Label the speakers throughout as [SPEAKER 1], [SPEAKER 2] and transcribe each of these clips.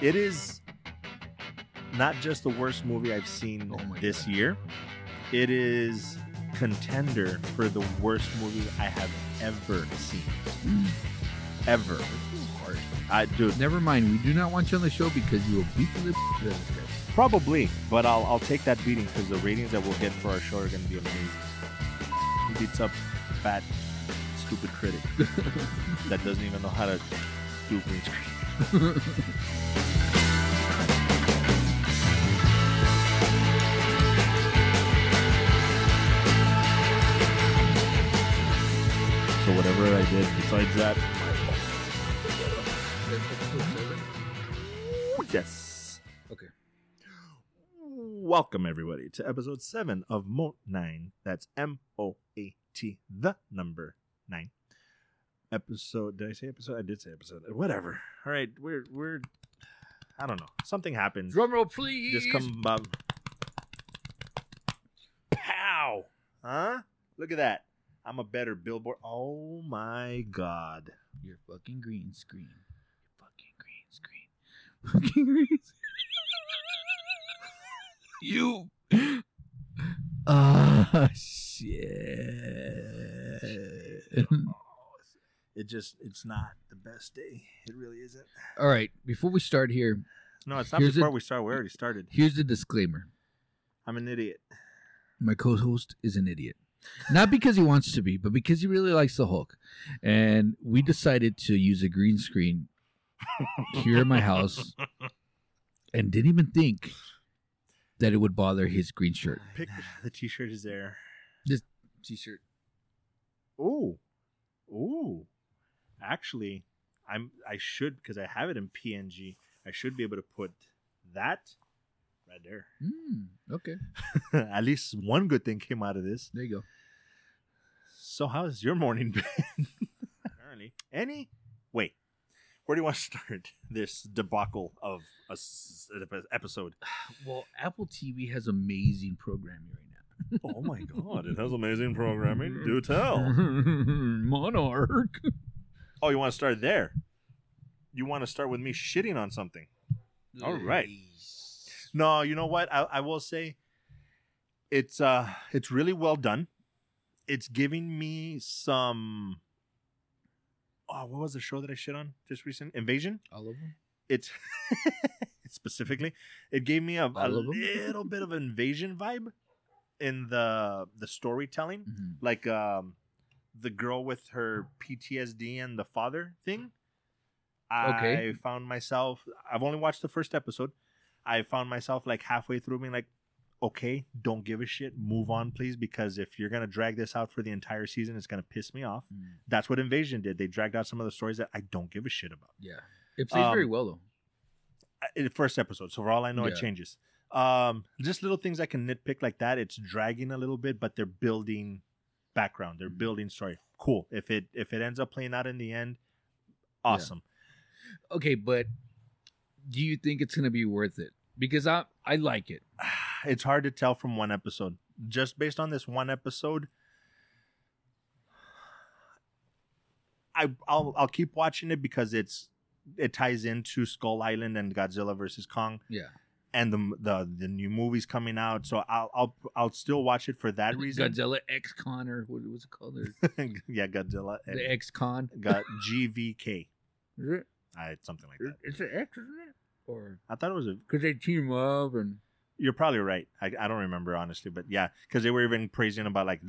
[SPEAKER 1] It is not just the worst movie I've seen
[SPEAKER 2] Oh my
[SPEAKER 1] this
[SPEAKER 2] God.
[SPEAKER 1] year. It is contender for the worst movie I have ever seen. Ever. I dude,
[SPEAKER 2] Never mind. We do not want you on the show because you will beat the living shit out of this guy.
[SPEAKER 1] probably, but I'll I'll take that beating because the ratings that we'll get for our show are gonna be amazing. He beats up fat, stupid critic that doesn't even know how to do green screen. So whatever I did besides that, yes.
[SPEAKER 2] Okay.
[SPEAKER 1] Welcome everybody to episode seven of Mo Nine. That's M O A T, the number nine. Episode? Did I say episode? I did say episode. Whatever. All right, we're we're. I don't know. Something happened.
[SPEAKER 2] Drum roll, please.
[SPEAKER 1] Just come, Bob.
[SPEAKER 2] Pow.
[SPEAKER 1] Huh? Look at that. I'm a better billboard. Oh my god.
[SPEAKER 2] Your fucking green screen. Your fucking green screen. Fucking green screen. you. Ah, shit.
[SPEAKER 1] It just it's not the best day. It really isn't.
[SPEAKER 2] All right. Before we start here,
[SPEAKER 1] No, it's not
[SPEAKER 2] Here's
[SPEAKER 1] before
[SPEAKER 2] a-
[SPEAKER 1] we start. We already started.
[SPEAKER 2] here's the disclaimer.
[SPEAKER 1] I'm an idiot.
[SPEAKER 2] my co-host is an idiot not because he wants to be but because he really likes the hulk and we decided to use a green screen here in my house and didn't even think that it would bother his green shirt
[SPEAKER 1] Pick the t-shirt is there.
[SPEAKER 2] t-shirt
[SPEAKER 1] Ooh. Ooh. Actually, I'm I should because I have it in PNG. I should be able to put that right there.
[SPEAKER 2] mm, okay
[SPEAKER 1] At least one good thing came out of this.
[SPEAKER 2] there you go
[SPEAKER 1] So how's your morning been? Apparently. Any? Wait. Where do you want to start this debacle of a s- episode?
[SPEAKER 2] well apple tv has amazing programming right now
[SPEAKER 1] Oh my god, it has amazing programming. Do tell.
[SPEAKER 2] monarch
[SPEAKER 1] Oh, you want to start there? You want to start with me shitting on something? All right. No, you know what? I, I will say it's uh it's really well done. It's giving me some Oh, what was the show that I shit on just recent? Invasion?
[SPEAKER 2] all of them
[SPEAKER 1] It's specifically it gave me a, a
[SPEAKER 2] All of 'em?
[SPEAKER 1] little bit of invasion vibe in the the storytelling.
[SPEAKER 2] Mhm.
[SPEAKER 1] Like um the girl with her PTSD and the father thing.
[SPEAKER 2] Okay.
[SPEAKER 1] I found myself I've only watched the first episode. I found myself like halfway through being like, okay, don't give a shit. Move on, please, because if you're gonna drag this out for the entire season, it's gonna piss me off.
[SPEAKER 2] Mm,
[SPEAKER 1] That's what Invasion did. They dragged out some of the stories that I don't give a shit about.
[SPEAKER 2] yeah it plays very
[SPEAKER 1] Um,
[SPEAKER 2] well though
[SPEAKER 1] I- in the first episode. So for all I know, it
[SPEAKER 2] Yeah.
[SPEAKER 1] changes. Um, just little things I can nitpick like that. It's dragging a little bit, but they're building background. They're
[SPEAKER 2] Mhm.
[SPEAKER 1] building story. Cool. If it if it ends up playing out in the end, awesome.
[SPEAKER 2] okay, but do you think it's gonna be worth it? Because I I like it.
[SPEAKER 1] It's hard to tell from one episode. Just based on this one episode, I I'll I'll keep watching it because it's it ties into Skull Island and Godzilla versus Kong.
[SPEAKER 2] Yeah,
[SPEAKER 1] and the the the new movies coming out, so I'll I'll I'll still watch it for that reason.
[SPEAKER 2] Godzilla X Con or what was it called? Or
[SPEAKER 1] yeah, Godzilla.
[SPEAKER 2] the
[SPEAKER 1] And
[SPEAKER 2] X Con.
[SPEAKER 1] got GVK,
[SPEAKER 2] It's
[SPEAKER 1] I, something like that.
[SPEAKER 2] an X, isn't it? Or
[SPEAKER 1] I thought it was a.
[SPEAKER 2] because they team up and
[SPEAKER 1] You're probably right. I, I don't remember honestly, but yeah, because they were even praising about like,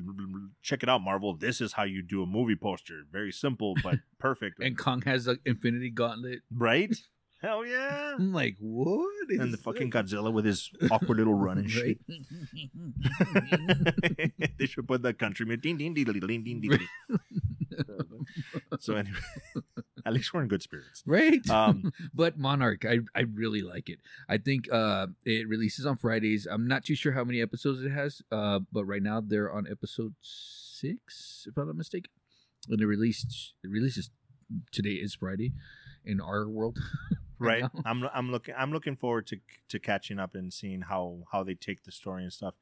[SPEAKER 1] check it out, Marvel. This is how you do a movie poster. Very simple but perfect.
[SPEAKER 2] and Kong has the Infinity Gauntlet.
[SPEAKER 1] right? Hell yeah!
[SPEAKER 2] I'm like, what? Is
[SPEAKER 1] And the fucking Godzilla with his awkward little run and shit. they should put the country music. Ding, ding, ding, ding, ding, ding, ding. so anyway, at least we're in good spirits.
[SPEAKER 2] Right,
[SPEAKER 1] Um,
[SPEAKER 2] but Monarch, I, I really like it. I think uh, it releases on Fridays. I'm not too sure how many episodes it has, uh, but right now they're on episode six, if I'm not mistaken. And it released it releases today is Friday in our world.
[SPEAKER 1] right.
[SPEAKER 2] now.
[SPEAKER 1] I'm I'm looking I'm looking forward to to catching up and seeing how how they take the story and stuff.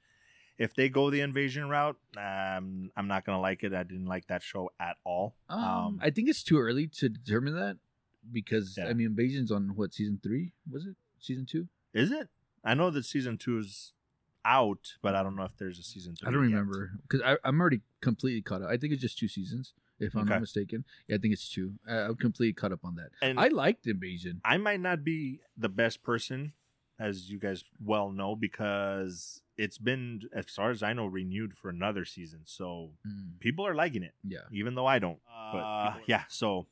[SPEAKER 1] If they go the invasion route, um, I'm
[SPEAKER 2] Oh.
[SPEAKER 1] not gonna like it. I didn't like that show at all. Um,
[SPEAKER 2] Um, I think it's too early to determine that because
[SPEAKER 1] Yeah.
[SPEAKER 2] I mean, Invasion's on what season three was it? Season two?
[SPEAKER 1] Is it? I know that season two is out, but I don't know if there's a season three.
[SPEAKER 2] I don't
[SPEAKER 1] yet.
[SPEAKER 2] remember because I'm already completely caught up. I think it's just two seasons, if I'm
[SPEAKER 1] Okay.
[SPEAKER 2] not mistaken. Yeah, I think it's two. Uh, I'm completely caught up on that.
[SPEAKER 1] And
[SPEAKER 2] I
[SPEAKER 1] I,
[SPEAKER 2] liked Invasion.
[SPEAKER 1] might not be the best person, as you guys well know, because it's been, as far as I know, renewed for another season. So
[SPEAKER 2] Mm,
[SPEAKER 1] people are liking it,
[SPEAKER 2] yeah,
[SPEAKER 1] even though I don't. But
[SPEAKER 3] Uh,
[SPEAKER 1] yeah, so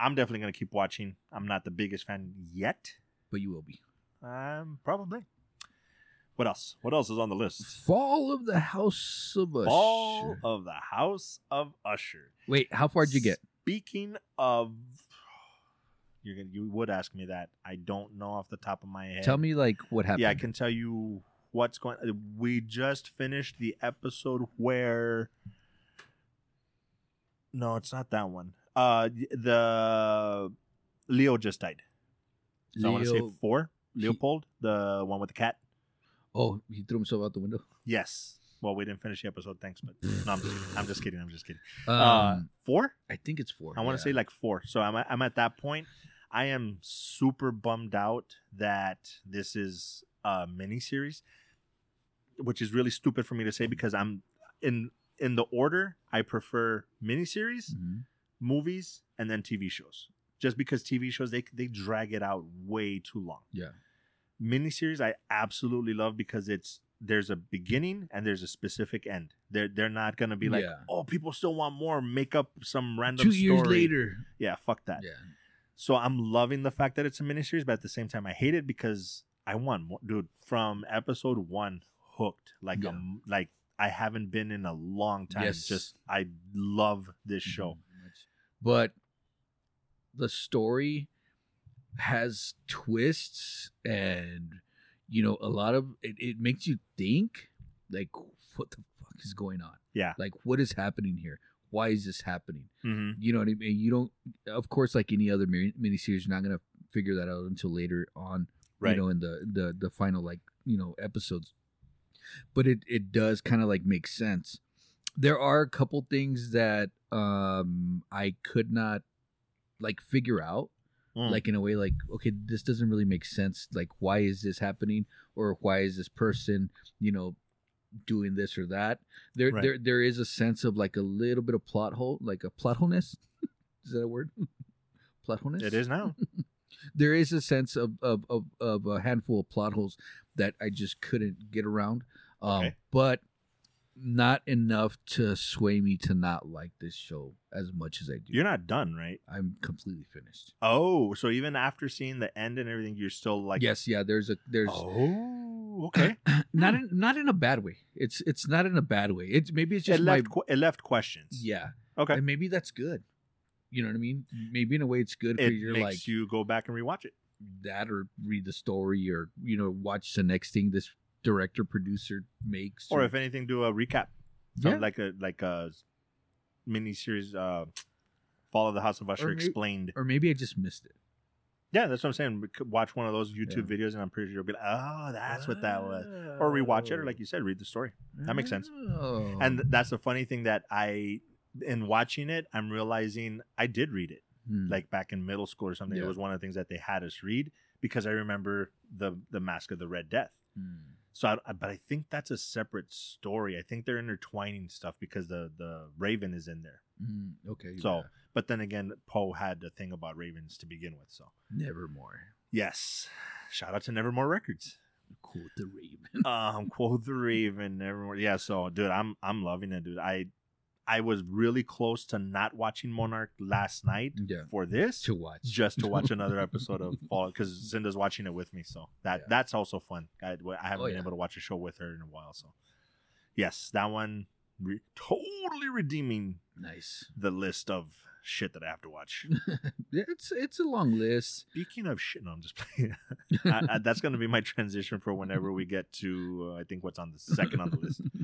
[SPEAKER 1] I'm definitely gonna keep watching. I'm not the biggest fan yet.
[SPEAKER 2] but you will be.
[SPEAKER 1] Um, probably. What else? What else is on the list?
[SPEAKER 2] Fall of the House of Usher.
[SPEAKER 1] Fall of the House of Usher.
[SPEAKER 2] Wait, how far did you get?
[SPEAKER 1] Speaking of, you're gonna you would ask me that. I don't know off the top of my head.
[SPEAKER 2] Tell me like what happened.
[SPEAKER 1] Yeah, I can tell you what's going. uh, We just finished the episode where. No, it's not that one. Uh, the Leo just died. So I want to say
[SPEAKER 2] Leo-
[SPEAKER 1] four. Leopold, the one with the cat.
[SPEAKER 2] oh, he threw himself out the window.
[SPEAKER 1] Yes. Well, we didn't finish the episode. Thanks, but no, I'm just kidding. I'm just kidding. I'm just kidding.
[SPEAKER 2] Um,
[SPEAKER 1] uh, four.
[SPEAKER 2] I think it's four.
[SPEAKER 1] I want to
[SPEAKER 2] yeah.
[SPEAKER 1] say like four. So I'm I'm at that point. I am super bummed out that this is a miniseries, which is really stupid for me to say because I'm in in the order I prefer miniseries,
[SPEAKER 2] Mhm.
[SPEAKER 1] movies, and then TV shows. Just because TV shows they they drag it out way too long.
[SPEAKER 2] Yeah.
[SPEAKER 1] Miniseries I absolutely love because it's there's a beginning and there's a specific end. They're they're not gonna be like,
[SPEAKER 2] Yeah.
[SPEAKER 1] oh, people still want more. Make up some random
[SPEAKER 2] Two years
[SPEAKER 1] story."
[SPEAKER 2] later.
[SPEAKER 1] Yeah, fuck that.
[SPEAKER 2] Yeah.
[SPEAKER 1] So I'm loving the fact that it's a miniseries, but at the same time, I hate it because I won, dude. From episode one, hooked like a
[SPEAKER 2] Yeah.
[SPEAKER 1] m like I haven't been in a long time.
[SPEAKER 2] Yes. Mm-hmm.
[SPEAKER 1] Just I love this show.
[SPEAKER 2] But the story has twists and you know a lot of it, it makes you think like what the fuck is going on?
[SPEAKER 1] Yeah.
[SPEAKER 2] Like what is happening here? Why is this happening?
[SPEAKER 1] hmm
[SPEAKER 2] You know what I mean? You don't of course like any other mini- miniseries you're not going to figure that out until later on
[SPEAKER 1] Right.
[SPEAKER 2] you know in the the the final like you know episodes but it it does kind of like make sense there are a couple things that um i could not like figure out
[SPEAKER 1] Mm.
[SPEAKER 2] like in a way like okay this doesn't really make sense like why is this happening or why is this person you know doing this or that there
[SPEAKER 1] Right.
[SPEAKER 2] there there is a sense of like a little bit of plot hole like a plot holeness is that a word plot holeness
[SPEAKER 1] Mm. it is now.
[SPEAKER 2] there is a sense of of of, of a handful of plot holes that I just couldn't get around. Um,
[SPEAKER 1] Okay.
[SPEAKER 2] But not enough to sway me to not like this show as much as I do.
[SPEAKER 1] You're not done, right?
[SPEAKER 2] I'm completely finished.
[SPEAKER 1] Oh, so even after seeing the end and everything, you're still like,
[SPEAKER 2] yes, yeah. There's a there's
[SPEAKER 1] Oh, okay.
[SPEAKER 2] not in, not in a bad way. It's it's not in a bad way. It's maybe it's just
[SPEAKER 1] it
[SPEAKER 2] my
[SPEAKER 1] left que- it left questions.
[SPEAKER 2] yeah,
[SPEAKER 1] Okay.
[SPEAKER 2] and maybe that's good. You know what I mean? Maybe in a way it's good for
[SPEAKER 1] It
[SPEAKER 2] your
[SPEAKER 1] makes
[SPEAKER 2] like
[SPEAKER 1] you go back and rewatch it.
[SPEAKER 2] that or read the story or you know watch the next thing this director producer makes
[SPEAKER 1] or if anything, do a recap. So
[SPEAKER 2] Yeah.
[SPEAKER 1] like a like a mini series, uh, Fall of the House of Usher
[SPEAKER 2] may-
[SPEAKER 1] explained.
[SPEAKER 2] or maybe I just missed it.
[SPEAKER 1] yeah, that's what I'm saying. We could Watch one of those YouTube videos, and I'm pretty sure you'll be like, "Oh, that's what that was." Or rewatch it, or like you said, read the story. that makes sense.
[SPEAKER 2] Oh.
[SPEAKER 1] And that's the funny thing that I, in watching it, I'm realizing I did read it
[SPEAKER 2] Hmm.
[SPEAKER 1] like back in middle school or something. It
[SPEAKER 2] Yeah.
[SPEAKER 1] was one of the things that they had us read because I remember the the Mask of the Red Death.
[SPEAKER 2] Hmm.
[SPEAKER 1] So, I, I- but I think that's a separate story. I think they're intertwining stuff because the the Raven is in there.
[SPEAKER 2] Hmm. okay.
[SPEAKER 1] So,
[SPEAKER 2] yeah.
[SPEAKER 1] but then again, Poe had a thing about Ravens to begin with. So,
[SPEAKER 2] Nevermore,
[SPEAKER 1] yes, shout out to Nevermore Records.
[SPEAKER 2] quote the Raven.
[SPEAKER 1] Um, quote the Raven, Nevermore. Yeah, so dude, I'm I'm loving it, dude. I I was really close to not watching Monarch last night
[SPEAKER 2] yeah.
[SPEAKER 1] for this,
[SPEAKER 2] To watch.
[SPEAKER 1] just to watch another episode of Fall because Zinda's watching it with me. So that
[SPEAKER 2] Yeah.
[SPEAKER 1] that's also fun. I, I haven't
[SPEAKER 2] Oh,
[SPEAKER 1] been
[SPEAKER 2] yeah.
[SPEAKER 1] able to watch a show with her in a while. So yes, that one re- totally redeeming
[SPEAKER 2] nice.
[SPEAKER 1] the list of shit that I have to watch.
[SPEAKER 2] Yeah, It's it's a long list.
[SPEAKER 1] Speaking of shit, no, I'm just playing. I, I, that's gonna be my transition for whenever we get to uh, I think what's on the second on the list.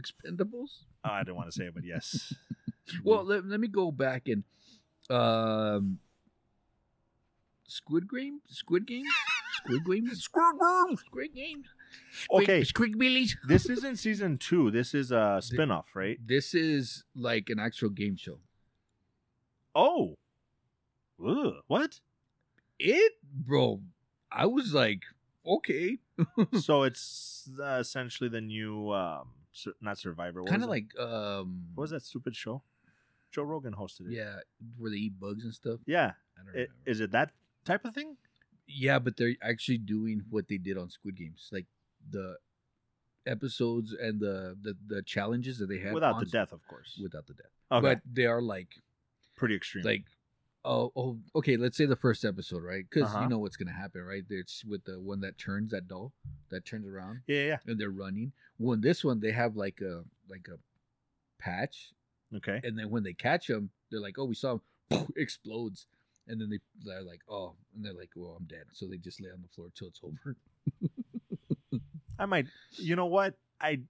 [SPEAKER 2] Expendables.
[SPEAKER 1] Oh, I don't want to say it, but yes.
[SPEAKER 2] Well, let, let me go back and um, Squid Game. Squid Game. Squid Game. Squid Game. Squid-
[SPEAKER 1] okay,
[SPEAKER 2] Squid Billies.
[SPEAKER 1] this isn't season two. This is a spin-off, right?
[SPEAKER 2] This is like an actual game show.
[SPEAKER 1] Oh, Ugh, what?
[SPEAKER 2] It, bro, I was like, okay,
[SPEAKER 1] so it's uh, essentially the new, um, sur- not Survivor. what
[SPEAKER 2] kind
[SPEAKER 1] was
[SPEAKER 2] of
[SPEAKER 1] it?
[SPEAKER 2] like, um,
[SPEAKER 1] what was that stupid show? Joe Rogan hosted it.
[SPEAKER 2] Yeah, where they eat bugs and stuff.
[SPEAKER 1] yeah.
[SPEAKER 2] I don't
[SPEAKER 1] It,
[SPEAKER 2] remember.
[SPEAKER 1] is it that type of thing?
[SPEAKER 2] yeah, but they're actually doing what they did on Squid Games, like the episodes and the the, the challenges that they had
[SPEAKER 1] Without
[SPEAKER 2] on
[SPEAKER 1] the
[SPEAKER 2] s-
[SPEAKER 1] death, of course.
[SPEAKER 2] Without the death,
[SPEAKER 1] okay,
[SPEAKER 2] but they are like
[SPEAKER 1] pretty extreme.
[SPEAKER 2] like oh oh okay let's say the first episode right because
[SPEAKER 1] Uh-huh.
[SPEAKER 2] you know what's gonna happen right it's with the one that turns that doll that turns around
[SPEAKER 1] yeah, yeah,
[SPEAKER 2] and they're running when this one they have like a like a patch
[SPEAKER 1] yeah. Okay.
[SPEAKER 2] and then when they catch him they're like oh we saw him explodes and then they they're like oh and they're like well i'm dead so they just lay on the floor till it's over
[SPEAKER 1] I might. You know what? I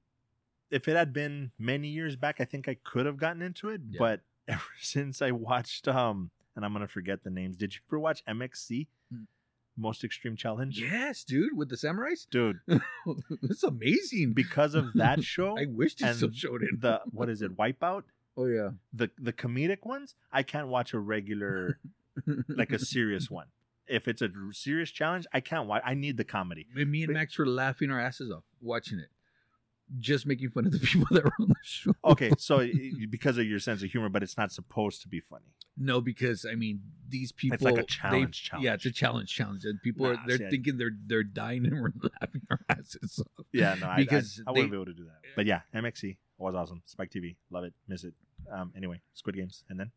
[SPEAKER 1] if it had been many years back, I think I could have gotten into it.
[SPEAKER 2] Yeah.
[SPEAKER 1] But ever since I watched, um, and I'm gonna forget the names. Did you ever watch MXC,
[SPEAKER 2] Mm.
[SPEAKER 1] Most Extreme Challenge?
[SPEAKER 2] yes dude with the samurais
[SPEAKER 1] Dude,
[SPEAKER 2] that's amazing
[SPEAKER 1] because of that show,
[SPEAKER 2] i wish they
[SPEAKER 1] and
[SPEAKER 2] still showed it
[SPEAKER 1] the what is it? Wipeout.
[SPEAKER 2] oh yeah
[SPEAKER 1] The the comedic ones, I can't watch a regular like a serious one. If it's a serious challenge, I can't watch. I need the comedy.
[SPEAKER 2] Me- Me
[SPEAKER 1] But-
[SPEAKER 2] and Max were laughing our asses off watching it, just making fun of the people that were on the show.
[SPEAKER 1] Okay, so y- y- because of your sense of humor, but it's not supposed to be funny.
[SPEAKER 2] No, because I mean these people.
[SPEAKER 1] It's like a
[SPEAKER 2] they-
[SPEAKER 1] challenge,
[SPEAKER 2] Yeah, it's a
[SPEAKER 1] challenge.
[SPEAKER 2] challenge challenge, and people
[SPEAKER 1] Nah,
[SPEAKER 2] are they're
[SPEAKER 1] see, I-
[SPEAKER 2] thinking they're they're dying and we're laughing our asses off.
[SPEAKER 1] Yeah, no, I,
[SPEAKER 2] Because
[SPEAKER 1] I, I wouldn't
[SPEAKER 2] they-
[SPEAKER 1] be able to do that. But yeah, MXC was awesome. Spike TV, love it, miss it. Um, anyway, Squid Games, and then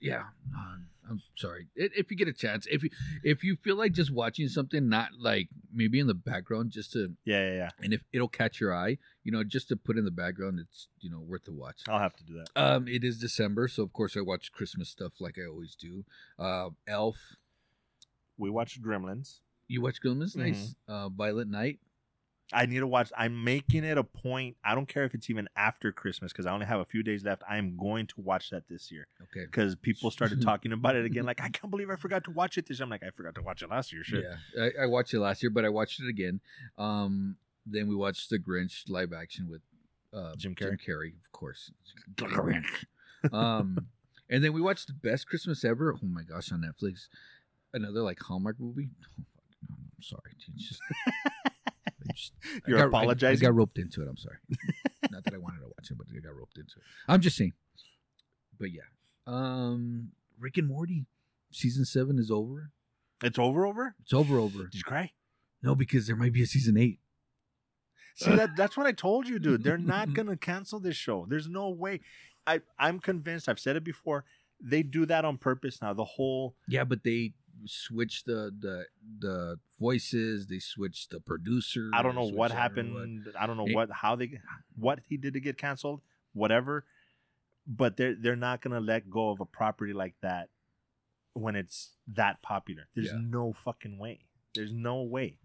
[SPEAKER 2] Yeah, um, I'm sorry. I if you get a chance, if you if you feel like just watching something, not like maybe in the background, just to
[SPEAKER 1] yeah, yeah, yeah.
[SPEAKER 2] and if it'll catch your eye, you know, just to put in the background, it's you know worth the watch.
[SPEAKER 1] I'll have to do that.
[SPEAKER 2] Um, it is December, so of course I watch Christmas stuff like I always do. Uh, Elf.
[SPEAKER 1] We watched Gremlins.
[SPEAKER 2] You watch Gilman's nice. Uh, Violet Night.
[SPEAKER 1] I need to watch. I'm making it a point. I don't care if it's even after Christmas because I only have a few days left. I am going to watch that this year
[SPEAKER 2] Okay.
[SPEAKER 1] because people started talking about it again. Like, I can't believe I forgot to watch it this year. I'm like, I forgot to watch it last year. Shit.
[SPEAKER 2] Yeah, I, I watched it last year, but I watched it again. Um, then we watched The Grinch live action with uh,
[SPEAKER 1] Jim Carrey.
[SPEAKER 2] of course. Grinch. um, and then we watched the best Christmas ever. Oh my gosh, on Netflix, another like Hallmark movie. Oh, fuck. No, I'm sorry, dude. Just, I just- I
[SPEAKER 1] You're
[SPEAKER 2] got- I-
[SPEAKER 1] apologizing?
[SPEAKER 2] I, got roped into it. I'm sorry. Not that I wanted to watch it, but I got roped into it. I'm just saying. But yeah, um, Rick and Morty season seven is over.
[SPEAKER 1] It's over. Over.
[SPEAKER 2] It's over, over.
[SPEAKER 1] Did you cry?
[SPEAKER 2] No, because there might be a season eight. Uh,
[SPEAKER 1] See that that's what I told you, dude. They're not gonna cancel this show. There's no way. I I'm convinced. I've said it before. They do that on purpose now. The whole
[SPEAKER 2] Yeah, but they switched the the the voices. They switched the producer.
[SPEAKER 1] I don't
[SPEAKER 2] they
[SPEAKER 1] know what
[SPEAKER 2] switched everyone.
[SPEAKER 1] happened. I don't know
[SPEAKER 2] It-
[SPEAKER 1] what how they what he did to get canceled. Whatever. But they're they're not gonna let go of a property like that when it's that popular. There's
[SPEAKER 2] Yeah.
[SPEAKER 1] no fucking way. There's no way.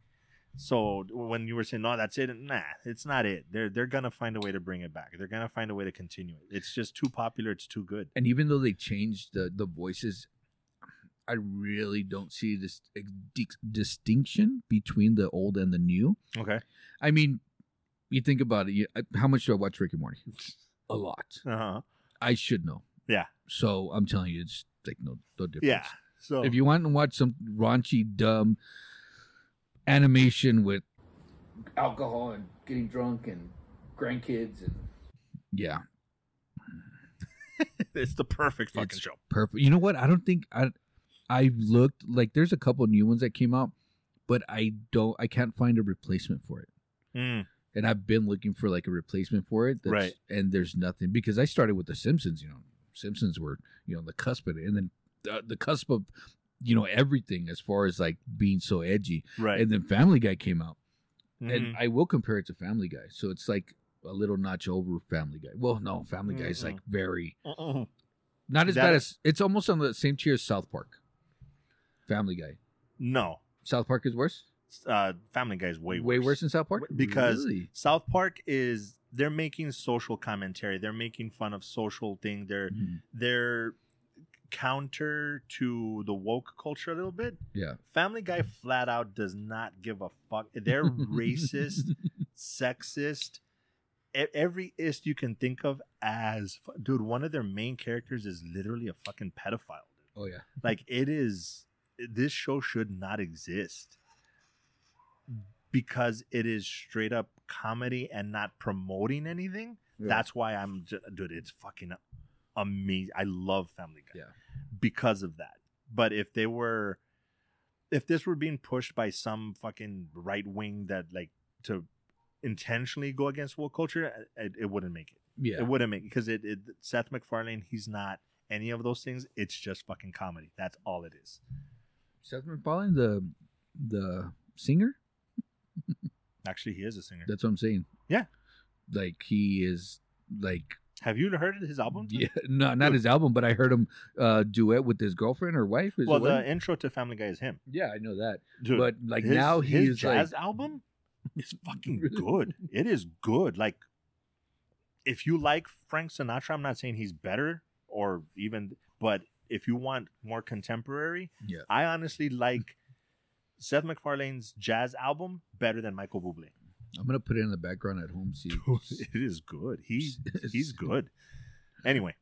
[SPEAKER 1] So when you were saying no, that's it. Nah, it's not it. They're they're gonna find a way to bring it back. They're gonna find a way to continue it. It's just too popular. It's too good.
[SPEAKER 2] And even though they changed the the voices, I really don't see this ex- dis- distinction between the old and the new.
[SPEAKER 1] Okay.
[SPEAKER 2] I mean, you think about it. You, I- how much do I watch Rick and Morty? A lot.
[SPEAKER 1] Uh huh.
[SPEAKER 2] I should know.
[SPEAKER 1] Yeah.
[SPEAKER 2] So I'm telling you, it's like no no difference.
[SPEAKER 1] Yeah. So
[SPEAKER 2] If you want to watch some raunchy, dumb animation with alcohol and getting drunk and grandkids and yeah,
[SPEAKER 1] it's the perfect fucking
[SPEAKER 2] It's-
[SPEAKER 1] show.
[SPEAKER 2] perfect. You know what? I don't think I I've looked like there's a couple new ones that came out, but I don't I can't find a replacement for it.
[SPEAKER 1] Mm.
[SPEAKER 2] And I've been looking for like a replacement for it,
[SPEAKER 1] Right.
[SPEAKER 2] that's- And there's nothing because I started with the Simpsons. You know, Simpsons were you know on the cusp of it, and then uh, the, the cusp of you know everything as far as like being so edgy.
[SPEAKER 1] Right.
[SPEAKER 2] and then Family Guy came out,
[SPEAKER 1] Mhm.
[SPEAKER 2] and I will compare it to Family Guy. So it's like a little notch over Family Guy. Well, no, Family Guy is like very
[SPEAKER 1] Mm-mm.
[SPEAKER 2] not as
[SPEAKER 1] Mm-hmm. That-
[SPEAKER 2] bad as it's almost on the same tier as South Park. Family Guy,
[SPEAKER 1] no,
[SPEAKER 2] South Park is worse,
[SPEAKER 1] uh, Family Guy is way worse.
[SPEAKER 2] way worse than South Park
[SPEAKER 1] because
[SPEAKER 2] Really?
[SPEAKER 1] South Park is they're making social commentary. They're making fun of social thing. They're
[SPEAKER 2] Mhm.
[SPEAKER 1] they're counter to the woke culture a little bit.
[SPEAKER 2] Yeah. Mm.
[SPEAKER 1] Family Guy flat out does not give a fuck. They're racist, sexist. e- Every ist you can think of as dude. One of their main characters is literally a fucking pedophile. Dude.
[SPEAKER 2] Oh yeah.
[SPEAKER 1] Like it is this show should not exist because it is straight up comedy and not promoting anything.
[SPEAKER 2] Yeah.
[SPEAKER 1] That's why I'm just, dude, it's fucking amazing. I love Family Guy.
[SPEAKER 2] Yeah.
[SPEAKER 1] Because of that. But if they were if this were being pushed by some fucking right wing that like to intentionally go against woke culture, it, it wouldn't make it.
[SPEAKER 2] yeah.
[SPEAKER 1] It wouldn't make because it, it Seth MacFarlane he's not any of those things. It's just fucking comedy. That's all it is.
[SPEAKER 2] Seth MacFarlane, the the singer.
[SPEAKER 1] Actually, he is a singer.
[SPEAKER 2] That's what I'm saying.
[SPEAKER 1] Yeah.
[SPEAKER 2] Like he is like
[SPEAKER 1] Have you heard of his album?
[SPEAKER 2] yeah, no, not his album, but I heard him uh, duet with his girlfriend or wife. Is it
[SPEAKER 1] Well,
[SPEAKER 2] wife?
[SPEAKER 1] the intro to Family Guy is him.
[SPEAKER 2] yeah, I know that.
[SPEAKER 1] Dude,
[SPEAKER 2] but like
[SPEAKER 1] his-
[SPEAKER 2] now
[SPEAKER 1] his
[SPEAKER 2] he's
[SPEAKER 1] jazz
[SPEAKER 2] like
[SPEAKER 1] album is fucking
[SPEAKER 2] Really?
[SPEAKER 1] good. It is good. Like if you like Frank Sinatra, I'm not saying he's better or even, but if you want more contemporary,
[SPEAKER 2] Yeah.
[SPEAKER 1] I honestly like Seth MacFarlane's jazz album better than Michael Bublé.
[SPEAKER 2] I'm gonna put it in the background at home. See,
[SPEAKER 1] Dude, it is good. He he's good. Anyway,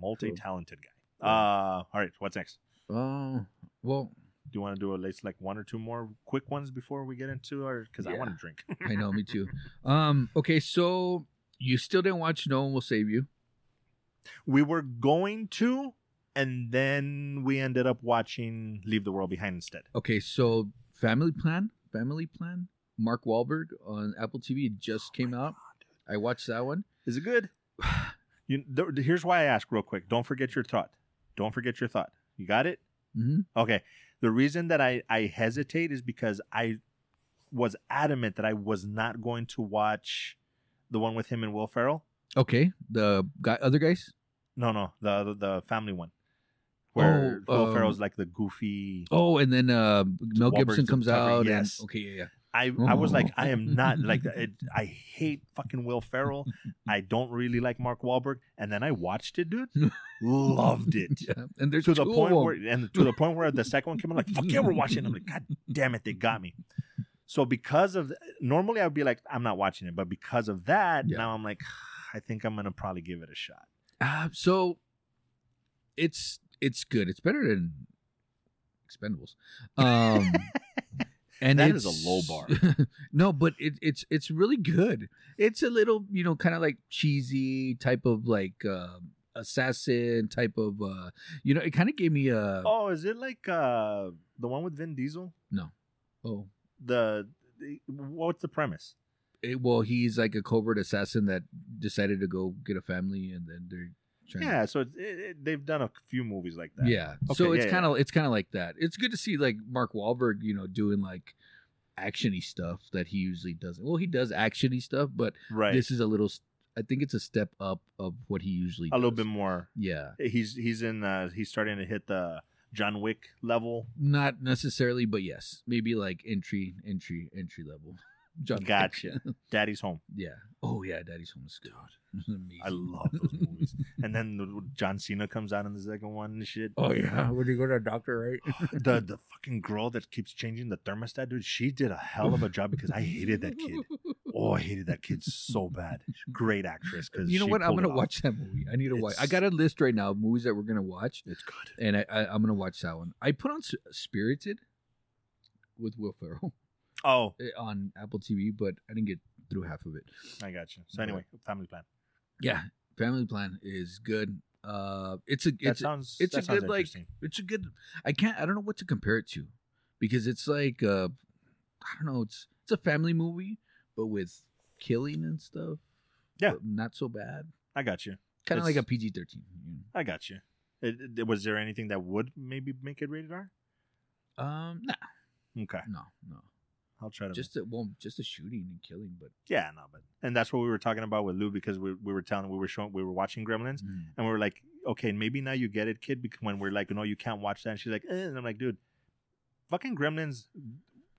[SPEAKER 1] multi-talented guy. Uh, all right, what's next?
[SPEAKER 2] Oh well,
[SPEAKER 1] Do you want to do at least like one or two more quick ones before we get into our? Because I
[SPEAKER 2] Yeah.
[SPEAKER 1] want to drink.
[SPEAKER 2] I know, me too. Um, okay, so you still didn't watch No One Will Save You.
[SPEAKER 1] We were going to, and then we ended up watching Leave the World Behind instead.
[SPEAKER 2] Okay, so Family Plan, Family Plan, Mark Wahlberg on Apple TV it just
[SPEAKER 1] Oh
[SPEAKER 2] came out. I watched that one.
[SPEAKER 1] Is it good? You th- th- here's why I ask real quick. Don't forget your thought. Don't forget your thought. You got it?
[SPEAKER 2] hmm
[SPEAKER 1] Okay. The reason that I, I hesitate is because I was adamant that I was not going to watch the one with him and Will Ferrell.
[SPEAKER 2] Okay, the guy, other guys.
[SPEAKER 1] No, no, the the, the family one where
[SPEAKER 2] Oh,
[SPEAKER 1] Will
[SPEAKER 2] um,
[SPEAKER 1] Ferrell's like the goofy.
[SPEAKER 2] Oh, and then uh, Mel
[SPEAKER 1] Wahlberg's
[SPEAKER 2] Gibson
[SPEAKER 1] the
[SPEAKER 2] comes
[SPEAKER 1] cover,
[SPEAKER 2] out.
[SPEAKER 1] yes.
[SPEAKER 2] And, okay, yeah, yeah.
[SPEAKER 1] I I was like I am not like it, I hate fucking Will Ferrell. I don't really like Mark Wahlberg. And then I watched it, dude. Loved it.
[SPEAKER 2] Yeah, And there's
[SPEAKER 1] to the
[SPEAKER 2] two of
[SPEAKER 1] point
[SPEAKER 2] them.
[SPEAKER 1] where and to the point where the second one came out like fuck yeah we're watching. I'm like god damn it they got me. So because of normally I'd be like I'm not watching it, but because of that
[SPEAKER 2] Yeah.
[SPEAKER 1] now I'm like I think I'm gonna probably give it a shot.
[SPEAKER 2] Uh, so it's it's good. It's better than Expendables. Um, and
[SPEAKER 1] That
[SPEAKER 2] it's,
[SPEAKER 1] is a low bar.
[SPEAKER 2] no, but it, it's it's really good. It's a little you know kind of like cheesy type of like uh, assassin type of uh, you know. It kind of gave me a oh,
[SPEAKER 1] Oh, is it like uh the one with Vin Diesel?
[SPEAKER 2] oh,
[SPEAKER 1] The, the what's the premise?
[SPEAKER 2] it- well, he's like a covert assassin that decided to go get a family, and then they're trying.
[SPEAKER 1] Yeah, so it, it, it- they've done a few movies like that.
[SPEAKER 2] To, yeah.
[SPEAKER 1] Okay,
[SPEAKER 2] so it's
[SPEAKER 1] yeah,
[SPEAKER 2] kind of it's kind of like that. It's good to see like Mark Wahlberg, you know, doing like actiony stuff that he usually doesn't. Well, he does actiony stuff, but
[SPEAKER 1] right.
[SPEAKER 2] this is a little. s- I think it's a step up of what he usually.
[SPEAKER 1] a little
[SPEAKER 2] does.
[SPEAKER 1] bit more.
[SPEAKER 2] Yeah.
[SPEAKER 1] He's he's in uh he's starting to hit the John Wick level.
[SPEAKER 2] Not necessarily, but yes, maybe like entry, entry, entry level. John Wick.
[SPEAKER 1] Gotcha. Daddy's home.
[SPEAKER 2] yeah. Oh yeah, Daddy's Home is good. Amazing.
[SPEAKER 1] I love those movies. And then the, John Cena comes out in the second one and shit.
[SPEAKER 2] oh yeah, when you go to a doctor, right?
[SPEAKER 1] The the fucking girl that keeps changing the thermostat, dude. She did a hell of a job because I hated that kid. Oh, I hated that kid so bad. Great actress. Because
[SPEAKER 2] You know what? I'm gonna watch that movie. I need to watch. I
[SPEAKER 1] It's-
[SPEAKER 2] got a list right now of movies that we're gonna watch.
[SPEAKER 1] It's good.
[SPEAKER 2] and I, I I'm gonna watch that one. I put on S- Spirited with Will Ferrell
[SPEAKER 1] Oh,
[SPEAKER 2] eh, on Apple TV, but I didn't get through half of it.
[SPEAKER 1] I got you. So anyway, Family Plan.
[SPEAKER 2] Yeah, Family Plan is good. Uh, it's a
[SPEAKER 1] That
[SPEAKER 2] it's a,
[SPEAKER 1] sounds.
[SPEAKER 2] it's
[SPEAKER 1] that
[SPEAKER 2] a
[SPEAKER 1] sounds
[SPEAKER 2] good, like,
[SPEAKER 1] interesting.
[SPEAKER 2] it's a good. I can't. I don't know what to compare it to because it's like uh, I don't know. It's it's a family movie, but with killing and stuff.
[SPEAKER 1] Yeah.
[SPEAKER 2] but not so bad.
[SPEAKER 1] I got you.
[SPEAKER 2] Kind of
[SPEAKER 1] It's-
[SPEAKER 2] like a PG thirteen.
[SPEAKER 1] I got you. It, it- was there anything that would maybe make it rated R?
[SPEAKER 2] Um, nah,
[SPEAKER 1] Okay,
[SPEAKER 2] no, no.
[SPEAKER 1] I'll try to.
[SPEAKER 2] Just the well, just the shooting and killing, but
[SPEAKER 1] yeah, no, but and that's what we were talking about with Lou because we, we were telling we were showing we were watching Gremlins
[SPEAKER 2] mm,
[SPEAKER 1] and we were like, okay, maybe now you get it, kid. Because when we're like, no, you can't watch that, and she's like, eh. and I'm like, dude, fucking Gremlins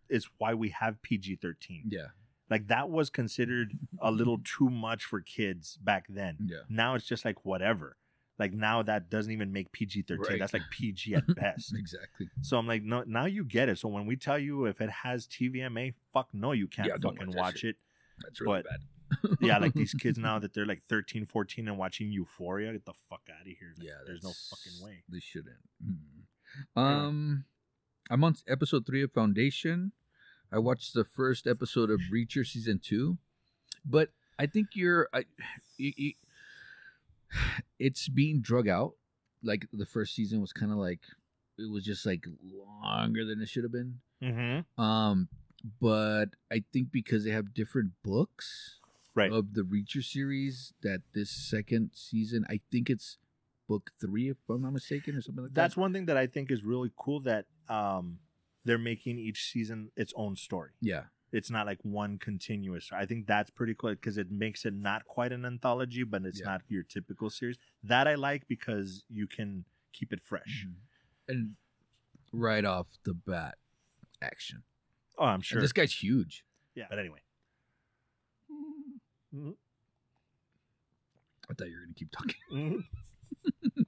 [SPEAKER 1] is why we have PG thirteen.
[SPEAKER 2] yeah,
[SPEAKER 1] Like that was considered a little too much for kids back then.
[SPEAKER 2] yeah.
[SPEAKER 1] Now it's just like whatever. Like now that doesn't even make PG thirteen.
[SPEAKER 2] Right.
[SPEAKER 1] That's like PG at best.
[SPEAKER 2] Exactly.
[SPEAKER 1] So I'm like, no, now you get it. So when we tell you if it has TVMA, fuck no, you can't
[SPEAKER 2] Yeah, don't
[SPEAKER 1] fucking
[SPEAKER 2] watch that
[SPEAKER 1] watch it.
[SPEAKER 2] That's really
[SPEAKER 1] But-
[SPEAKER 2] bad.
[SPEAKER 1] yeah, like these kids now that they're like 13, 14 and watching Euphoria. Get the fuck out of here. Like,
[SPEAKER 2] yeah,
[SPEAKER 1] there's no
[SPEAKER 2] that's-
[SPEAKER 1] fucking way.
[SPEAKER 2] They shouldn't. Mm. Um, I'm on s- episode three of Foundation. I watched the first episode of Breacher season two, but I think you're. I, you, you, it's being drug out. Like the first season was kind of like it was just like longer than it should have been.
[SPEAKER 1] Mm-hmm.
[SPEAKER 2] Um, but I think because they have different books
[SPEAKER 1] Right.
[SPEAKER 2] of the Reacher series, that this second season, I think it's book three, if I'm not mistaken, or something like
[SPEAKER 1] That's
[SPEAKER 2] that.
[SPEAKER 1] one thing that I think is really cool that um, they're making each season its own story.
[SPEAKER 2] Yeah,
[SPEAKER 1] It's not like one continuous. I think that's pretty cool because it makes it not quite an anthology, but it's
[SPEAKER 2] Yeah.
[SPEAKER 1] not your typical series. That I like because you can keep it fresh.
[SPEAKER 2] Mm-hmm. and right off the bat, action.
[SPEAKER 1] Oh, I'm
[SPEAKER 2] And
[SPEAKER 1] sure.
[SPEAKER 2] this guy's huge.
[SPEAKER 1] yeah. But anyway. Mm-hmm.
[SPEAKER 2] I thought you were gonna keep talking.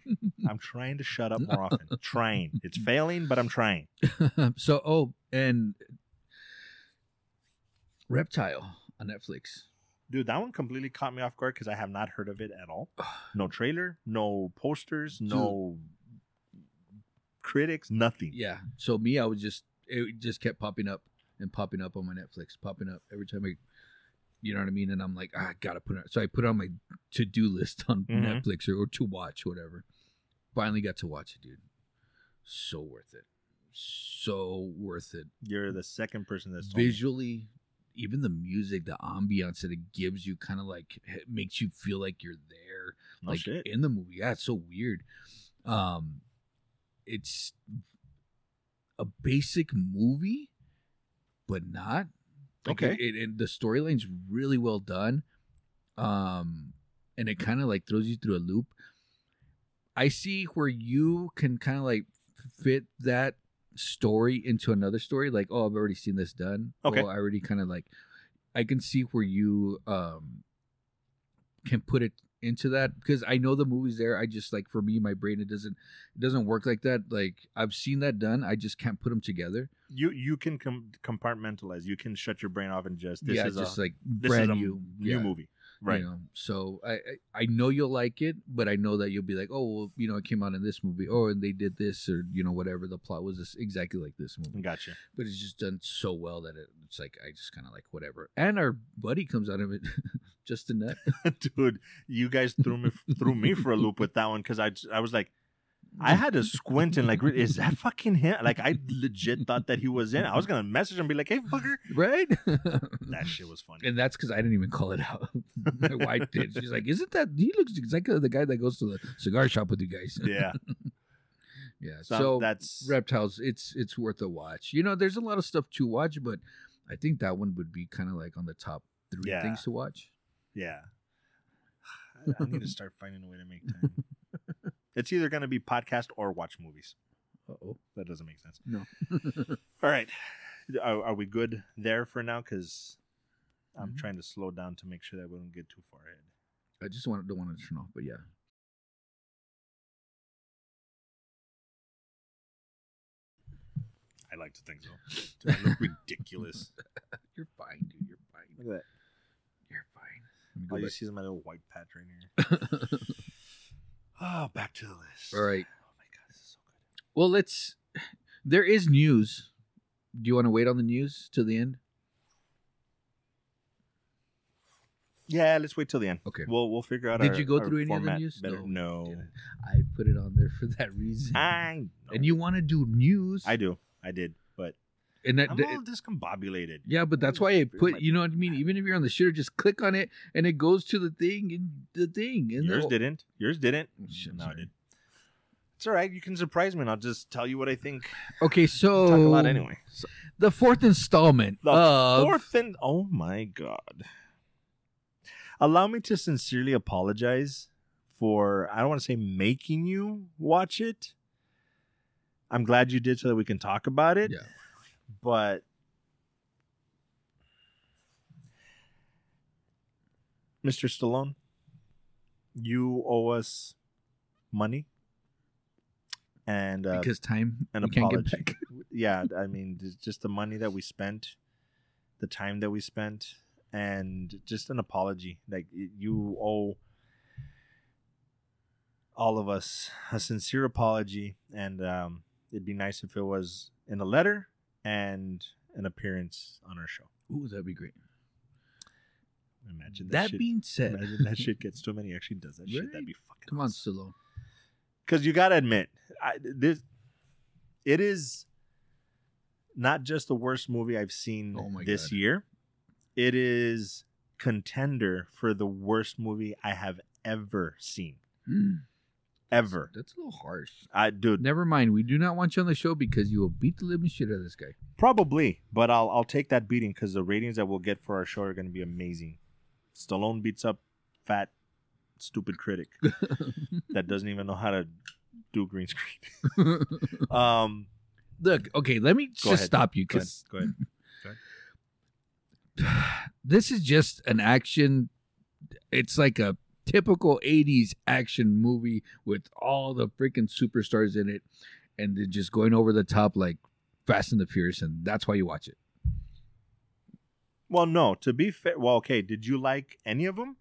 [SPEAKER 1] Mm-hmm. I'm trying to shut up more often. trying. It's failing, but I'm trying.
[SPEAKER 2] so, oh, and Reptile on Netflix.
[SPEAKER 1] Dude, that one completely caught me off guard because I have not heard of it at all. No trailer, no posters, no critics, nothing.
[SPEAKER 2] Yeah. So me, I was just it just kept popping up and popping up on my Netflix, popping up every time I, you know what I mean. And I'm like, "Ah, I gotta put it. So I put it on my to do list on
[SPEAKER 1] Mhm.
[SPEAKER 2] Netflix or, or to watch, whatever. Finally got to watch it, dude. So worth it. So worth it.
[SPEAKER 1] You're the second person that's told me.
[SPEAKER 2] Visually, even the music, the ambiance that it gives you, kind of like it makes you feel like you're there
[SPEAKER 1] No
[SPEAKER 2] like
[SPEAKER 1] Oh, shit.
[SPEAKER 2] in the movie. Yeah, it's so weird. Um, it's a basic movie, but not Like,
[SPEAKER 1] Okay.
[SPEAKER 2] It, it- and the storyline's really well done. Um, and it kind of like throws you through a loop. I see where you can kind of like fit that story into another story. Like, oh, I've already seen this done.
[SPEAKER 1] Okay.
[SPEAKER 2] Oh, I already kind of like, I can see where you um can put it into that because I know the movie's there. I just like for me, my brain it doesn't it doesn't work like that. Like I've seen that done. I just can't put them together.
[SPEAKER 1] you you can com- compartmentalize. You can shut your brain off and just this
[SPEAKER 2] yeah,
[SPEAKER 1] is
[SPEAKER 2] just
[SPEAKER 1] a
[SPEAKER 2] like
[SPEAKER 1] this
[SPEAKER 2] brand
[SPEAKER 1] is a
[SPEAKER 2] new,
[SPEAKER 1] new
[SPEAKER 2] yeah,
[SPEAKER 1] movie.
[SPEAKER 2] you
[SPEAKER 1] Right.
[SPEAKER 2] know. So I, I I know you'll like it, but I know that you'll be like, oh, well, you know, it came out in this movie, oh, and they did this, or you know, whatever the plot was, this exactly like this movie.
[SPEAKER 1] Gotcha.
[SPEAKER 2] but it's just done so well that it, it's like I just kind of like whatever. And our buddy comes out of it, just a nut.
[SPEAKER 1] Dude, you guys threw me threw me for a loop with that one because I I was like I had a squint and like, is that fucking him? Like, I legit thought that he was in. I was gonna message him and be like, "Hey, fucker!"
[SPEAKER 2] right.
[SPEAKER 1] That shit was funny.
[SPEAKER 2] and that's because I didn't even call it out. My wife did. She's like, "Isn't that he looks exactly like uh, the guy that goes to the cigar shop with you guys?"
[SPEAKER 1] Yeah.
[SPEAKER 2] yeah.
[SPEAKER 1] So,
[SPEAKER 2] So,
[SPEAKER 1] that's
[SPEAKER 2] reptiles, it's it's worth a watch. You know, there's a lot of stuff to watch, but I think that one would be kind of like on the top three
[SPEAKER 1] Yeah.
[SPEAKER 2] things to watch.
[SPEAKER 1] yeah. I, I need to start finding a way to make time. it's either gonna be podcast or watch movies.
[SPEAKER 2] Uh oh.
[SPEAKER 1] That doesn't make sense.
[SPEAKER 2] No.
[SPEAKER 1] All right, are, are we good there for now? Because I'm
[SPEAKER 2] Mhm.
[SPEAKER 1] trying to slow down to make sure that we don't get too far ahead.
[SPEAKER 2] I just want don't want to turn off, but yeah.
[SPEAKER 1] I like to think so. Dude, I look ridiculous.
[SPEAKER 2] You're fine, dude. You're fine.
[SPEAKER 1] Look at that.
[SPEAKER 2] You're fine. Let me go
[SPEAKER 1] All you
[SPEAKER 2] back.
[SPEAKER 1] see is my little white patch right here. oh, back to the list.
[SPEAKER 2] All right.
[SPEAKER 1] Oh my god, this is so good.
[SPEAKER 2] Well, let's. There is news. Do you want to wait on the news till the end?
[SPEAKER 1] Yeah, let's wait till the end.
[SPEAKER 2] Okay.
[SPEAKER 1] We'll we'll figure out.
[SPEAKER 2] Did
[SPEAKER 1] our-
[SPEAKER 2] you go
[SPEAKER 1] our
[SPEAKER 2] through any of the
[SPEAKER 1] format
[SPEAKER 2] news?
[SPEAKER 1] Better. No,
[SPEAKER 2] didn't. I put it on there for that reason.
[SPEAKER 1] I.
[SPEAKER 2] and you want to do news?
[SPEAKER 1] I do. I did, but
[SPEAKER 2] And that,
[SPEAKER 1] I'm
[SPEAKER 2] that-
[SPEAKER 1] all discombobulated.
[SPEAKER 2] yeah, but that's
[SPEAKER 1] I'm
[SPEAKER 2] why I
[SPEAKER 1] gonna
[SPEAKER 2] put.
[SPEAKER 1] my-
[SPEAKER 2] You know what I mean? Even if you're on the shitter, just click on it, and it goes to the thing and the thing. And
[SPEAKER 1] Yours
[SPEAKER 2] the-
[SPEAKER 1] didn't. Yours didn't.
[SPEAKER 2] Oh, shit, I'm
[SPEAKER 1] no, I
[SPEAKER 2] sorry.
[SPEAKER 1] did. It's all right. You can surprise me, and I'll just tell you what I think.
[SPEAKER 2] Okay, Oh, so uh,
[SPEAKER 1] Talk a lot anyway. So,
[SPEAKER 2] The fourth installment
[SPEAKER 1] The
[SPEAKER 2] of
[SPEAKER 1] fourth and oh my god. Allow me to sincerely apologize for I don't want to say making you watch it. I'm glad you did so that we can talk about it.
[SPEAKER 2] Yeah.
[SPEAKER 1] But Mr. Stallone, you owe us money. And uh,
[SPEAKER 2] because time
[SPEAKER 1] an
[SPEAKER 2] we can't get
[SPEAKER 1] apology.
[SPEAKER 2] back.
[SPEAKER 1] yeah i mean j- just the money that we spent the time that we spent and just an apology. Like y- you owe all of us a sincere apology, and um, it'd be nice if it was in a letter and an appearance on our show.
[SPEAKER 2] Ooh, that'd be great.
[SPEAKER 1] Imagine that.
[SPEAKER 2] That,
[SPEAKER 1] shit.
[SPEAKER 2] being said,
[SPEAKER 1] Imagine that shit gets to him and he actually does that shit.
[SPEAKER 2] Right?
[SPEAKER 1] That'd be fucking.
[SPEAKER 2] come on, Stallone.
[SPEAKER 1] because you gotta admit, I, this it is not just the worst movie I've seen
[SPEAKER 2] Oh my
[SPEAKER 1] this
[SPEAKER 2] God.
[SPEAKER 1] year. It is contender for the worst movie I have ever seen,
[SPEAKER 2] Mm,
[SPEAKER 1] ever.
[SPEAKER 2] That's a little harsh.
[SPEAKER 1] I dude,
[SPEAKER 2] Never mind. We do not want you on the show because you will beat the living shit out of this guy.
[SPEAKER 1] probably, but I'll I'll take that beating because the ratings that we'll get for our show are gonna be amazing. Stallone beats up fat, stupid critic that doesn't even know how to do green screen. um,
[SPEAKER 2] Look, okay, let me just
[SPEAKER 1] ahead.
[SPEAKER 2] stop you
[SPEAKER 1] go ahead,
[SPEAKER 2] because
[SPEAKER 1] go ahead.
[SPEAKER 2] this is just an action. It's like a typical 80s action movie with all the freaking superstars in it and then just going over the top like Fast and the Furious, and that's why you watch it.
[SPEAKER 1] Well, no. To be fair, well, okay. Did you like any of them?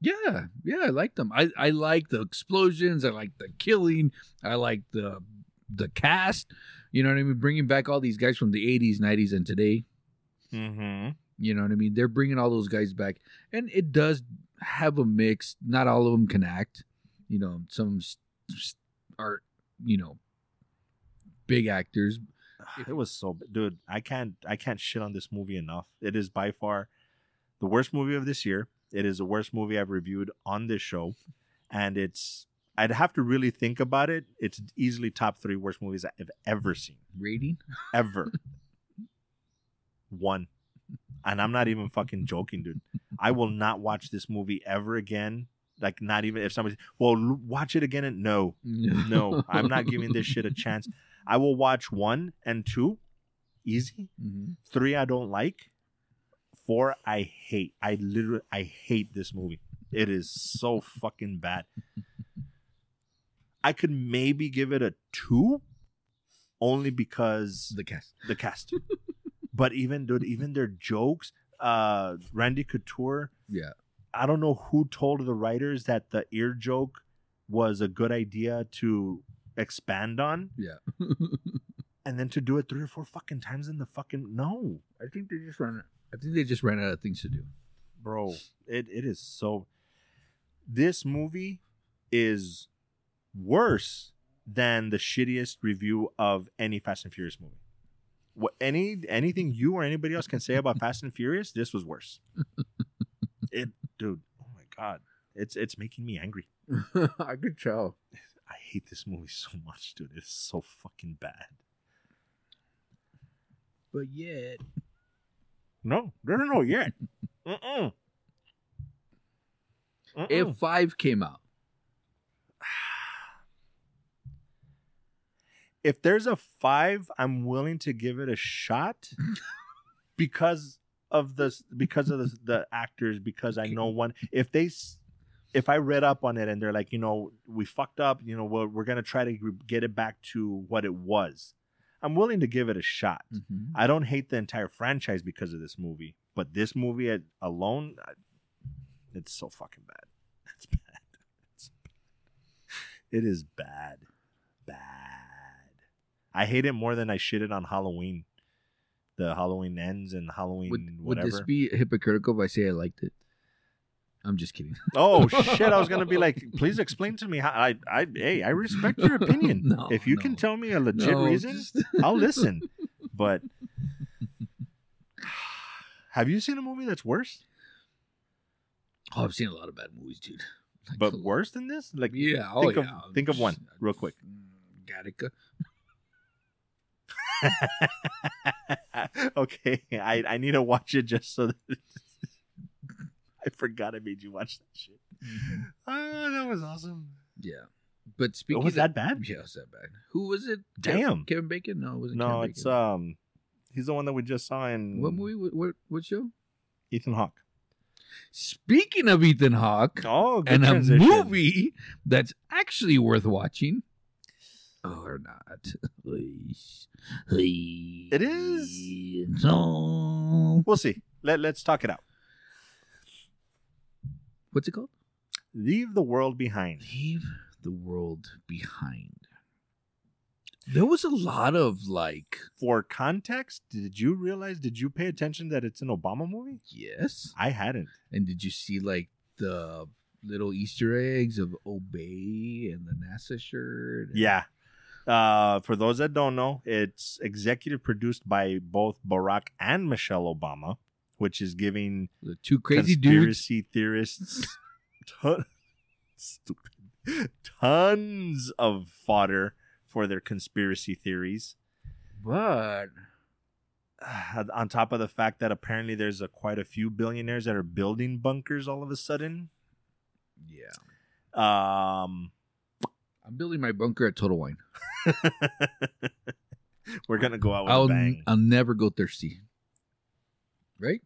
[SPEAKER 2] Yeah, yeah, I like them. I, I like the explosions. I like the killing. I like the the cast. You know what I mean? Bringing back all these guys from the 80s, 90s, and today.
[SPEAKER 1] Mm-hmm.
[SPEAKER 2] You know what I mean? They're bringing all those guys back, and it does have a mix. Not all of them can act. You know, some s- s- are you know big actors.
[SPEAKER 1] Ah, It was so, b- dude. I can't. I can't shit on this movie enough. It is by far the worst movie of this year. It is the worst movie I've reviewed on this show, and it's. I'd have to really think about it. It's easily top three worst movies I've ever seen,
[SPEAKER 2] Rating?
[SPEAKER 1] ever. One, and I'm not even fucking joking, dude. I will not watch this movie ever again. Like, not even if somebody. Well, l- watch it again. And no,
[SPEAKER 2] Mm-hmm.
[SPEAKER 1] No, I'm not giving this shit a chance. I will watch one and two, easy.
[SPEAKER 2] Mhm.
[SPEAKER 1] Three, I don't like. Four, I hate. I literally, I hate this movie. It is so fucking bad. I could maybe give it a two, only because
[SPEAKER 2] The cast.
[SPEAKER 1] the cast. but even dude, even their jokes, uh, Randy Couture.
[SPEAKER 2] Yeah.
[SPEAKER 1] I don't know who told the writers that the ear joke was a good idea to expand on,
[SPEAKER 2] Yeah.
[SPEAKER 1] and then to do it three or four fucking times in the fucking no,
[SPEAKER 2] I think they just ran. I think they just ran out of things to do.
[SPEAKER 1] bro. It it is so. This movie is worse than the shittiest review of any Fast and Furious movie. What any anything you or anybody else can say about Fast and Furious, this was worse. It, dude, oh my god, it's it's making me angry.
[SPEAKER 2] I could tell.
[SPEAKER 1] I hate this movie so much, dude. It's so fucking bad.
[SPEAKER 2] But yet,
[SPEAKER 1] No, no, no, no, yet. Mm-mm. Mm-mm.
[SPEAKER 2] if five came out,
[SPEAKER 1] if there's a five, I'm willing to give it a shot because of the because of the, the actors. Because I know one. If they, s- if I read up on it and they're like, you know, we fucked up. You know, we're, we're gonna try to re- get it back to what it was. I'm willing to give it a shot.
[SPEAKER 2] Mm-hmm.
[SPEAKER 1] I don't hate the entire franchise because of this movie, but this movie at, alone, I, it's so fucking bad. It's bad. It's bad. It is bad. Bad. I hate it more than I shitted on Halloween. The Halloween ends and Halloween
[SPEAKER 2] would would
[SPEAKER 1] whatever.
[SPEAKER 2] this be hypocritical if I say I liked it? I'm just kidding.
[SPEAKER 1] oh shit! I was gonna be like, please explain to me how I, I, hey, I respect your opinion.
[SPEAKER 2] No,
[SPEAKER 1] if you
[SPEAKER 2] no.
[SPEAKER 1] can tell me a legit
[SPEAKER 2] No,
[SPEAKER 1] reason,
[SPEAKER 2] just-
[SPEAKER 1] I'll listen. But have you seen a movie that's worse?
[SPEAKER 2] Oh, I've seen a lot of bad movies, dude. Like,
[SPEAKER 1] But
[SPEAKER 2] a lot.
[SPEAKER 1] worse than this? Like
[SPEAKER 2] yeah, oh,
[SPEAKER 1] think of-
[SPEAKER 2] yeah.
[SPEAKER 1] think of one, real quick.
[SPEAKER 2] Mm, Gattaca.
[SPEAKER 1] okay, I, I need to watch it just so that I forgot I made you watch that shit. Oh, that was awesome.
[SPEAKER 2] Mm-hmm. Yeah, but speaking
[SPEAKER 1] Oh, was
[SPEAKER 2] of
[SPEAKER 1] that bad?
[SPEAKER 2] yeah, it was that bad? Who was it?
[SPEAKER 1] Damn.
[SPEAKER 2] Kevin, Kevin Bacon? No, it wasn't.
[SPEAKER 1] No,
[SPEAKER 2] Kevin
[SPEAKER 1] it's
[SPEAKER 2] Bacon.
[SPEAKER 1] um he's the one that we just saw in
[SPEAKER 2] what movie? What, what what show?
[SPEAKER 1] Ethan Hawke.
[SPEAKER 2] Speaking of Ethan Hawke
[SPEAKER 1] Oh, good
[SPEAKER 2] and
[SPEAKER 1] transition.
[SPEAKER 2] a movie that's actually worth watching, or not?
[SPEAKER 1] It
[SPEAKER 2] it
[SPEAKER 1] is.
[SPEAKER 2] So
[SPEAKER 1] We'll see. Let let's talk it out.
[SPEAKER 2] What's it called?
[SPEAKER 1] Leave the world behind.
[SPEAKER 2] Leave the world behind. There was a lot of like,
[SPEAKER 1] For context, did you realize? Did you pay attention that it's an Obama movie?
[SPEAKER 2] yes.
[SPEAKER 1] I hadn't.
[SPEAKER 2] And did you see like the little Easter eggs of Obey and the NASA shirt? and-
[SPEAKER 1] Yeah. Uh, for those that don't know, it's executive produced by both Barack and Michelle Obama, which is giving
[SPEAKER 2] The two crazy dudes.
[SPEAKER 1] conspiracy theorists ton- stupid tons of fodder for their conspiracy theories.
[SPEAKER 2] But
[SPEAKER 1] Uh, on top of the fact that apparently there's a, quite a few billionaires that are building bunkers all of a sudden.
[SPEAKER 2] yeah.
[SPEAKER 1] Um,
[SPEAKER 2] I'm building my bunker at Total Wine.
[SPEAKER 1] we're gonna go out with a
[SPEAKER 2] I'll
[SPEAKER 1] bang.
[SPEAKER 2] I'll never go thirsty. Right?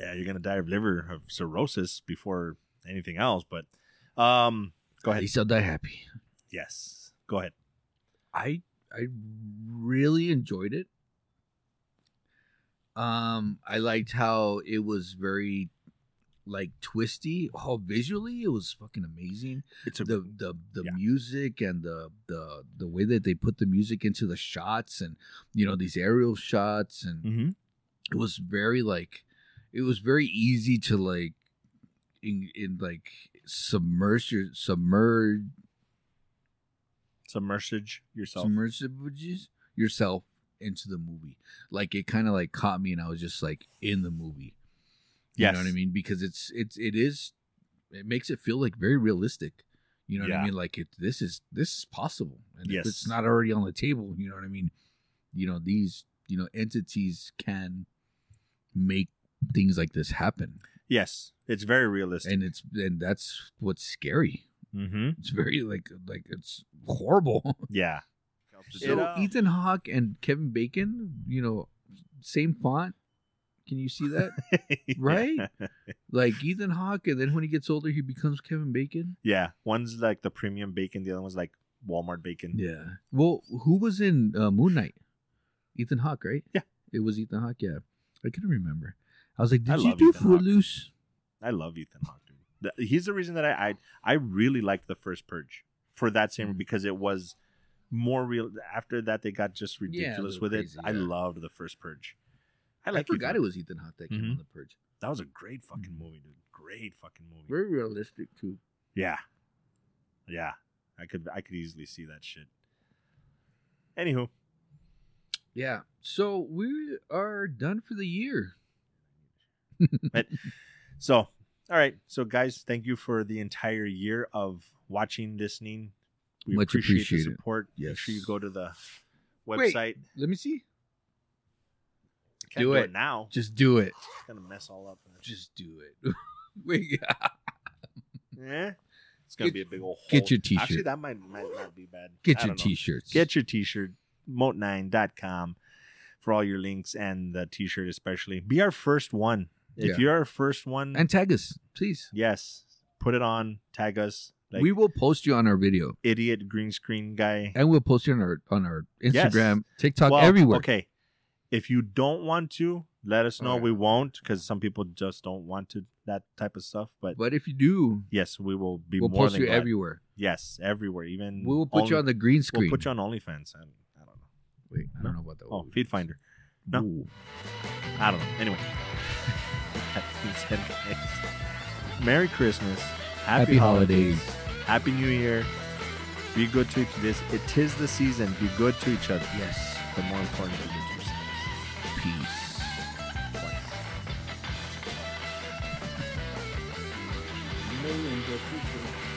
[SPEAKER 1] yeah, you're gonna die of liver of cirrhosis before anything else. But um, go
[SPEAKER 2] At
[SPEAKER 1] ahead.
[SPEAKER 2] least I'll die happy.
[SPEAKER 1] Yes, go ahead.
[SPEAKER 2] I I really enjoyed it. Um, I liked how it was very like twisty. Oh, visually it was fucking amazing.
[SPEAKER 1] It's a
[SPEAKER 2] The the the
[SPEAKER 1] Yeah.
[SPEAKER 2] music and the the the way that they put the music into the shots and you know these aerial shots and
[SPEAKER 1] Mhm.
[SPEAKER 2] it was very like it was very easy to like in, in like submerge your submerge
[SPEAKER 1] submerge yourself.
[SPEAKER 2] submerges yourself into the movie. Like it kind of like caught me, and I was just like in the movie. You
[SPEAKER 1] yes,
[SPEAKER 2] know what I mean? Because it's it's it is it makes it feel like very realistic. You know what
[SPEAKER 1] Yeah.
[SPEAKER 2] I mean? Like it this is this is possible, and
[SPEAKER 1] Yes.
[SPEAKER 2] if it's not already on the table, you know what I mean? You know these you know entities can make things like this happen,
[SPEAKER 1] Yes, it's very realistic.
[SPEAKER 2] and it's and that's what's scary.
[SPEAKER 1] mm-hmm.
[SPEAKER 2] It's very like like it's horrible.
[SPEAKER 1] Yeah.
[SPEAKER 2] So
[SPEAKER 1] It, uh,
[SPEAKER 2] Ethan Hawke and Kevin Bacon, you know, same font. Can you see that? Right? like Ethan Hawke, and then when he gets older, he becomes Kevin Bacon.
[SPEAKER 1] Yeah, one's like the premium bacon, the other one's like Walmart bacon.
[SPEAKER 2] Yeah. Well, who was in uh, Moon Knight? Ethan Hawke, right?
[SPEAKER 1] Yeah.
[SPEAKER 2] It was Ethan Hawke. Yeah, I couldn't remember. I was like,
[SPEAKER 1] I
[SPEAKER 2] did you
[SPEAKER 1] love
[SPEAKER 2] do
[SPEAKER 1] Ethan Hawke.
[SPEAKER 2] Footloose?
[SPEAKER 1] I love Ethan Hawke. dude. Th- He's the reason that I, I I really liked the first Purge for that same
[SPEAKER 2] Mm-hmm.
[SPEAKER 1] because it was more real. After that, they got just
[SPEAKER 2] Yeah, a
[SPEAKER 1] ridiculous
[SPEAKER 2] little
[SPEAKER 1] with
[SPEAKER 2] crazy,
[SPEAKER 1] it. I
[SPEAKER 2] yeah.
[SPEAKER 1] loved the first Purge. I
[SPEAKER 2] I,
[SPEAKER 1] like.
[SPEAKER 2] forgot
[SPEAKER 1] Ethan.
[SPEAKER 2] it was Ethan Hawke that came
[SPEAKER 1] Mhm.
[SPEAKER 2] on the Purge.
[SPEAKER 1] That was a great fucking movie, dude. Great fucking movie.
[SPEAKER 2] Very realistic too.
[SPEAKER 1] Yeah, yeah. I could I could easily see that shit. Anywho,
[SPEAKER 2] Yeah. So we are done for the year.
[SPEAKER 1] So, all right. So, guys, thank you for the entire year of watching, listening. We
[SPEAKER 2] Much
[SPEAKER 1] appreciate the
[SPEAKER 2] appreciated.
[SPEAKER 1] support. Make
[SPEAKER 2] Yes.
[SPEAKER 1] sure you go to the
[SPEAKER 2] Wait.
[SPEAKER 1] website.
[SPEAKER 2] Let me see.
[SPEAKER 1] Can't
[SPEAKER 2] Do
[SPEAKER 1] do it,
[SPEAKER 2] it.
[SPEAKER 1] now.
[SPEAKER 2] Just do it.
[SPEAKER 1] It's gonna mess all up.
[SPEAKER 2] Just do it. Wait.
[SPEAKER 1] Yeah. It's gonna
[SPEAKER 2] Get-
[SPEAKER 1] be a big old. Hole.
[SPEAKER 2] get your
[SPEAKER 1] Actually,
[SPEAKER 2] t-shirt.
[SPEAKER 1] that might might not be bad. I
[SPEAKER 2] Get
[SPEAKER 1] don't
[SPEAKER 2] your
[SPEAKER 1] know.
[SPEAKER 2] t-shirts.
[SPEAKER 1] Get your t-shirt. Moat9.com for all your links and the t-shirt especially. Be our first one. If
[SPEAKER 2] Yeah.
[SPEAKER 1] you're our first one,
[SPEAKER 2] and tag us, please.
[SPEAKER 1] yes, put it on. Tag us. Like
[SPEAKER 2] we will post you on our video,
[SPEAKER 1] idiot green screen guy.
[SPEAKER 2] and we'll post you on our on our
[SPEAKER 1] Yes.
[SPEAKER 2] Instagram, TikTok,
[SPEAKER 1] Well,
[SPEAKER 2] everywhere.
[SPEAKER 1] Okay. If you don't want to, let us know.
[SPEAKER 2] Alright.
[SPEAKER 1] We won't because some people just don't want to that type of stuff. But,
[SPEAKER 2] But if you do,
[SPEAKER 1] yes, we will be
[SPEAKER 2] we'll
[SPEAKER 1] more
[SPEAKER 2] post
[SPEAKER 1] than
[SPEAKER 2] you
[SPEAKER 1] glad.
[SPEAKER 2] everywhere.
[SPEAKER 1] Yes, everywhere. Even
[SPEAKER 2] We will put you on the green screen.
[SPEAKER 1] We'll put you on OnlyFans. I, I don't know.
[SPEAKER 2] Wait, I don't know about that.
[SPEAKER 1] Oh, Feed Finder. no.
[SPEAKER 2] Ooh.
[SPEAKER 1] I don't know. Anyway. That being said, guys, Merry Christmas. Happy,
[SPEAKER 2] Happy
[SPEAKER 1] holidays.
[SPEAKER 2] holidays.
[SPEAKER 1] Happy New Year. Be good to each this. It is the season. Be good to each other.
[SPEAKER 2] Yes.
[SPEAKER 1] But more importantly, be good to yourselves.
[SPEAKER 2] Peace.
[SPEAKER 1] Twice.